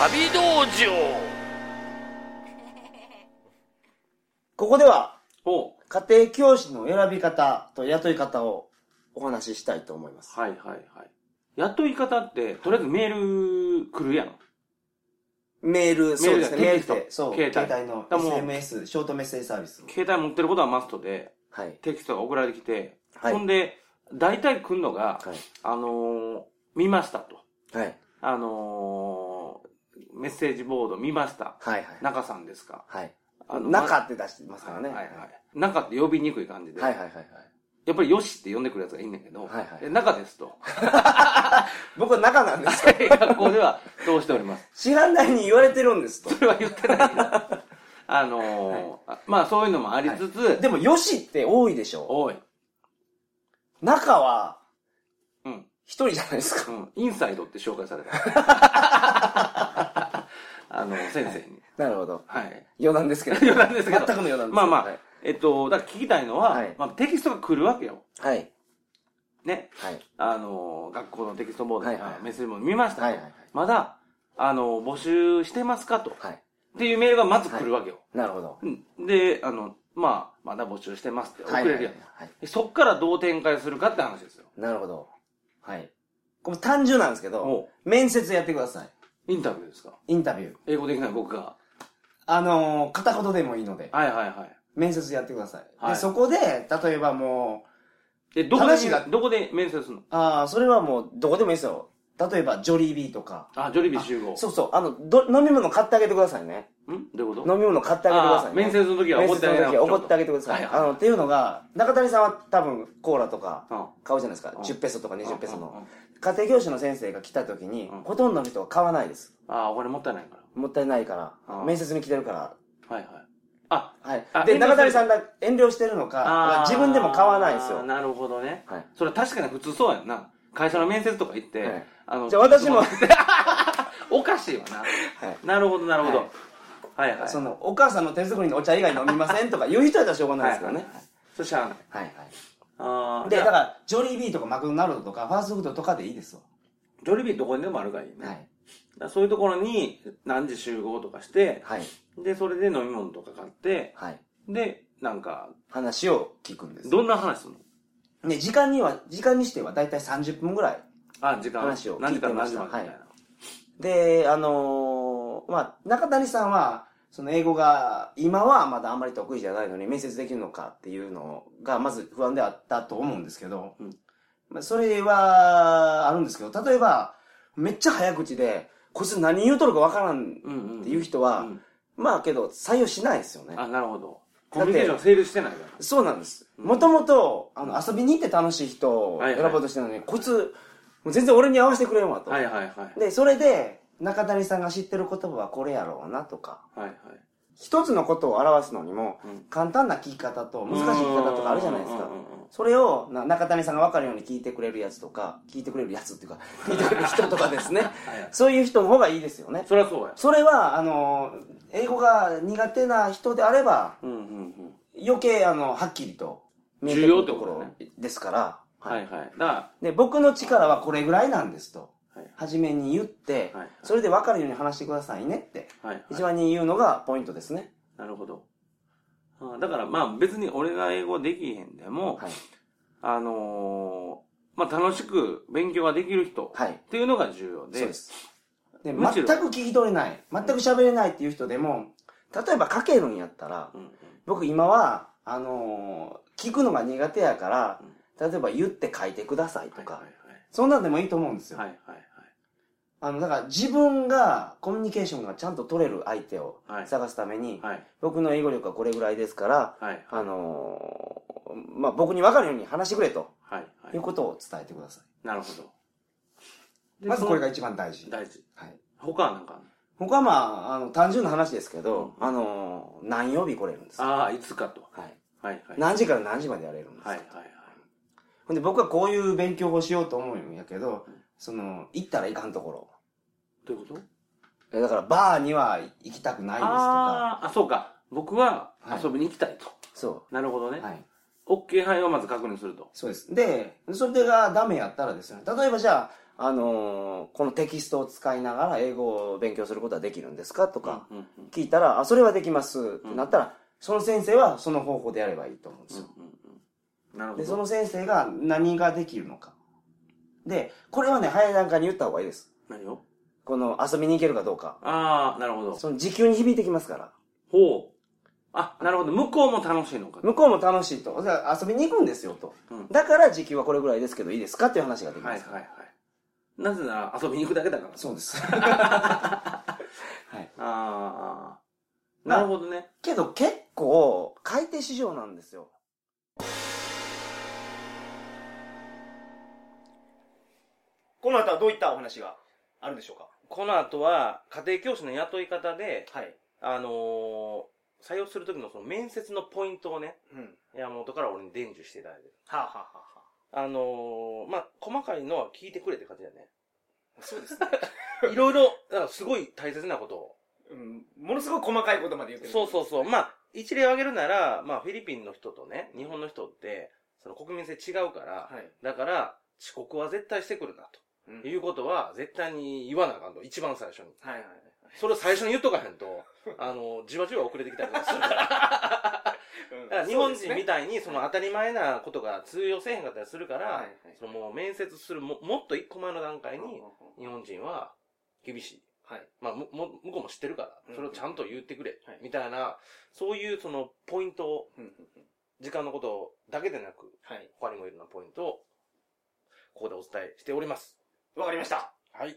旅道場ここでは、おう家庭教師の選び方と雇い方をお話ししたいと思います。はいはいはい。雇い方って、とりあえずメール来るやん。メール、そうですね、メメーールルでで、テキストそう、携携帯帯のだからもう SMS、ショートメッセージサービス。携帯持ってることはマストで、はい。テキストが送られてきて、はいほんで、大体来るのが、はい。あのー見ましたと。はい。あのーメッセージボード見ました。はい。中さんですかはい。あの中って出してますからはいね。はいはい。中って呼びにくい感じで。はいはいはいはい。やっぱりよしって呼んでくるやつがいいんだけど、はいはいえ中ですと。僕は中なんです。 学校ではどうしております。 知らないに言われてるんですと。それは言ってないよ。あのーあまあそういうのもありつつ、でも、よしって多いでしょおい。中は、うん。一人じゃないですか。うん。インサイドって紹介された。あの、先生に。 なるほど。はい。 余談ですけど。余談ですけ全どくの余談ですけど。まあまあはい。えっと、だから聞きたいのは、はいまあ、テキストが来るわけよ。はい。ね。はい。あのー学校のテキストボードはといはいかはいメッセージボード見ましたと。はいはいはいまだ、あのー募集してますかと。っはい。ていうメールがまず来るわけよ。なるほど。うんで、あの、まあ、まだ募集してますって送れるやん。はいはいはい。でそっからどう展開するかって話ですよ。なるほど。はい。これ単純なんですけおど、面接やってください。インタビューですかインタビュー。英語できない僕が。あのー片言でもいいので、はいはいはい。面接やってください。はいで、そこで、例えばもう、で、どこで話が、どこで面接するのああ、それはもう、どこでもいいですよ。例えば、ジョリービーとか。あ、ジョリビー集合。そうそう、あの、ど、飲み物買ってあげてくださいね。んどういうこと飲み物買ってあげてくださいね。あー面接の時は怒ってあげてくだ面接のさい時は怒ってあげてください。はいはいあの、っていうのが、中谷さんは多分、コーラとか、うん買うじゃないですか。うん10ペソとか20ペソうんうんうのん。家庭教師の先生が来た時にうん、ほとんどの人は買わないです。あ、お金もったいないかもったいないかうら、ん面接に来てるから。ら。はいはい。あ、はいあ。で、遠慮中してる谷さんが遠慮してるのかあ、ー自分でも買わないんですよ。なるほどね。はいそれは確かに普通そうやんな。会社の面接とか行って、はいあのじゃあ私もおかしいわな。なるほどなるほど。はい、はい、はい。その、お母さんの手作りのお茶以外飲みませんとか言う人やったらしょうがないですからね。そしたらない。はいはあーい。で、じゃだあから、ジョリービーとかマクドナルドとか、ファーストフードとかでいいですよ。ジョリビーどこにでもあるからいいね。はい。だからそういうところに何時集合とかして、はい。で、それで飲み物とか買って、はい。で、なんか、話を聞くんです。どんな話するのね、時間には、時間にしては大体30分ぐらい。あ、時間。話を何聞い時かてらま何し時たまでみたいな。で、あのーまあ、中谷さんは、その英語が、今はまだあんまり得意じゃないのに面接できるのかっていうのが、まず不安であったと思うんですけど、うんまあ、それは、あるんですけど、例えば、めっちゃ早口で、こいつ何言うとるかわからんうんうん。っていう人は、うんまあけど、採用しないですよね。あ、なるほど。コミュニケーション成立してないから。そうなんです。うんもともと、あの、遊びに行って楽しい人をはいは選いぼうとしてるのに、こいつ、もう全然俺に合わせてくれんわと。はいはいはい。で、それで、中谷さんが知ってる言葉はこれやろうなとか、はいはい。一つのことを表すのにもうん、簡単な聞き方と難しい聞き方とかあるじゃないですかうんうんうんうん。それをな中谷さんが分かるように聞いてくれるやつとか、聞いてくれるやつっ ていうか、聞いてくれる人とかですねはい。そういう人の方がいいですよね。そりゃそうや。それは、あの、英語が苦手な人であれば、うんうんうん。余計、あの、はっきりと見えてく重要っるてとこことろねですから、はいはい。だかで、僕の力はこれぐらいなんですとはい、初めに言ってはい、それで分かるように話してくださいねって、ら、はい、はい一。番に言うのがポイントですね。なるほど。あーだからまあ別に俺が英語できへんでも、はい。あのーまあ楽しく勉強ができる人はいっていうのが重要で。そうです。で、む全しろく聞き取れない、全く喋れないっていう人でも、例えば書けるんやったらう、んうん。僕今は、あのー聞くのが苦手やから、例えば言って書いてくださいとはいかは、そんなんでもいいと思うんですいよはい。は。いはいはい。あの、だから自分がコミュニケーションがちゃんと取れる相手をはい探すために、はい。僕の英語力はこれぐらいですから、はい。あのーまあ、僕に分かるように話してくれとはい。はいいうことを伝えてくださなるほど。い。まずこれが一番大事。大事。はい。他はなんかあんの他はまあ、あの、単純な話ですけど、あのー何曜日来れるんですかああ、いつかと。はい。はいはい。何時から何時までやれるんですか、はいはいはい。ほんで僕はこういう勉強をしようと思うんやけど、その、行ったらいかんところ。どういうことえだからバーには行きたくないですとか。ああー、あ、そうか。僕ははい遊びに行きたいと。そなるほどねう。。はい。 OK 範囲をまず確認すると。そうです。で、それがダメやったらですよね。例えばじゃあ、あのーこのテキストを使いながら英語を勉強することはできるんですかとかうんうんうん聞いたら、あ、それはできますってなったら、その先生はその方法でやればいいと思うんですよ。うんなるほで、そど。の先生が何ができるのか。で、これはね、早い段階に言った方がいいです。何をこの遊びに行けるかどうか。ああ、なるほど。その時給に響いてきますから。ほう。あ、なるほど。向こうも楽しいのか。向こうも楽しいと。じゃあ遊びに行くんですよと。うんだから時給はこれぐらいですけどいいですかっていう話ができはまいす。はいはい。なぜなら遊びに行くだけだから。そうです。はい。ああ。なるほどね。 けど結構、買い手市場なんですよ。この後はどういったお話があるんでしょうかこの後は、家庭教師の雇い方で、はい。あのー採用するときのその面接のポイントをね、うん。山本から俺に伝授していただいてる。はあ、はあはあ、あのーまあ、細かいのは聞いてくれって感じだよね。そうですね。 いろいろ、だからすごい大切なことを。うん。ものすごい細かいことまで言ってる。そうそうそう。まあ、一例を挙げるなら、まあ、フィリピンの人とね、日本の人って、その国民性違うから、はい。だから、遅刻は絶対してくるな、うんということは、絶対に言わなあかんと。一番最初に。はいはい。それを最初に言っとかへんと、 あの、じわじわ遅れてきたりとかするから。うんだから日本人みたたいに、その当たり前なことが通用せえへんかったりするから、はいはいそのもう面接するも、もっと一個前の段階いに、日本人は厳しい。はい。まあ、むも向こうも知ってるからう、んそれをちゃんと言ってくれ、はいみたいな、そういうそのポイントを、うんうんうん時間のことだけでなく、はい。他にもいろんなポイントを、ここでお伝えしております。わかりました。はい。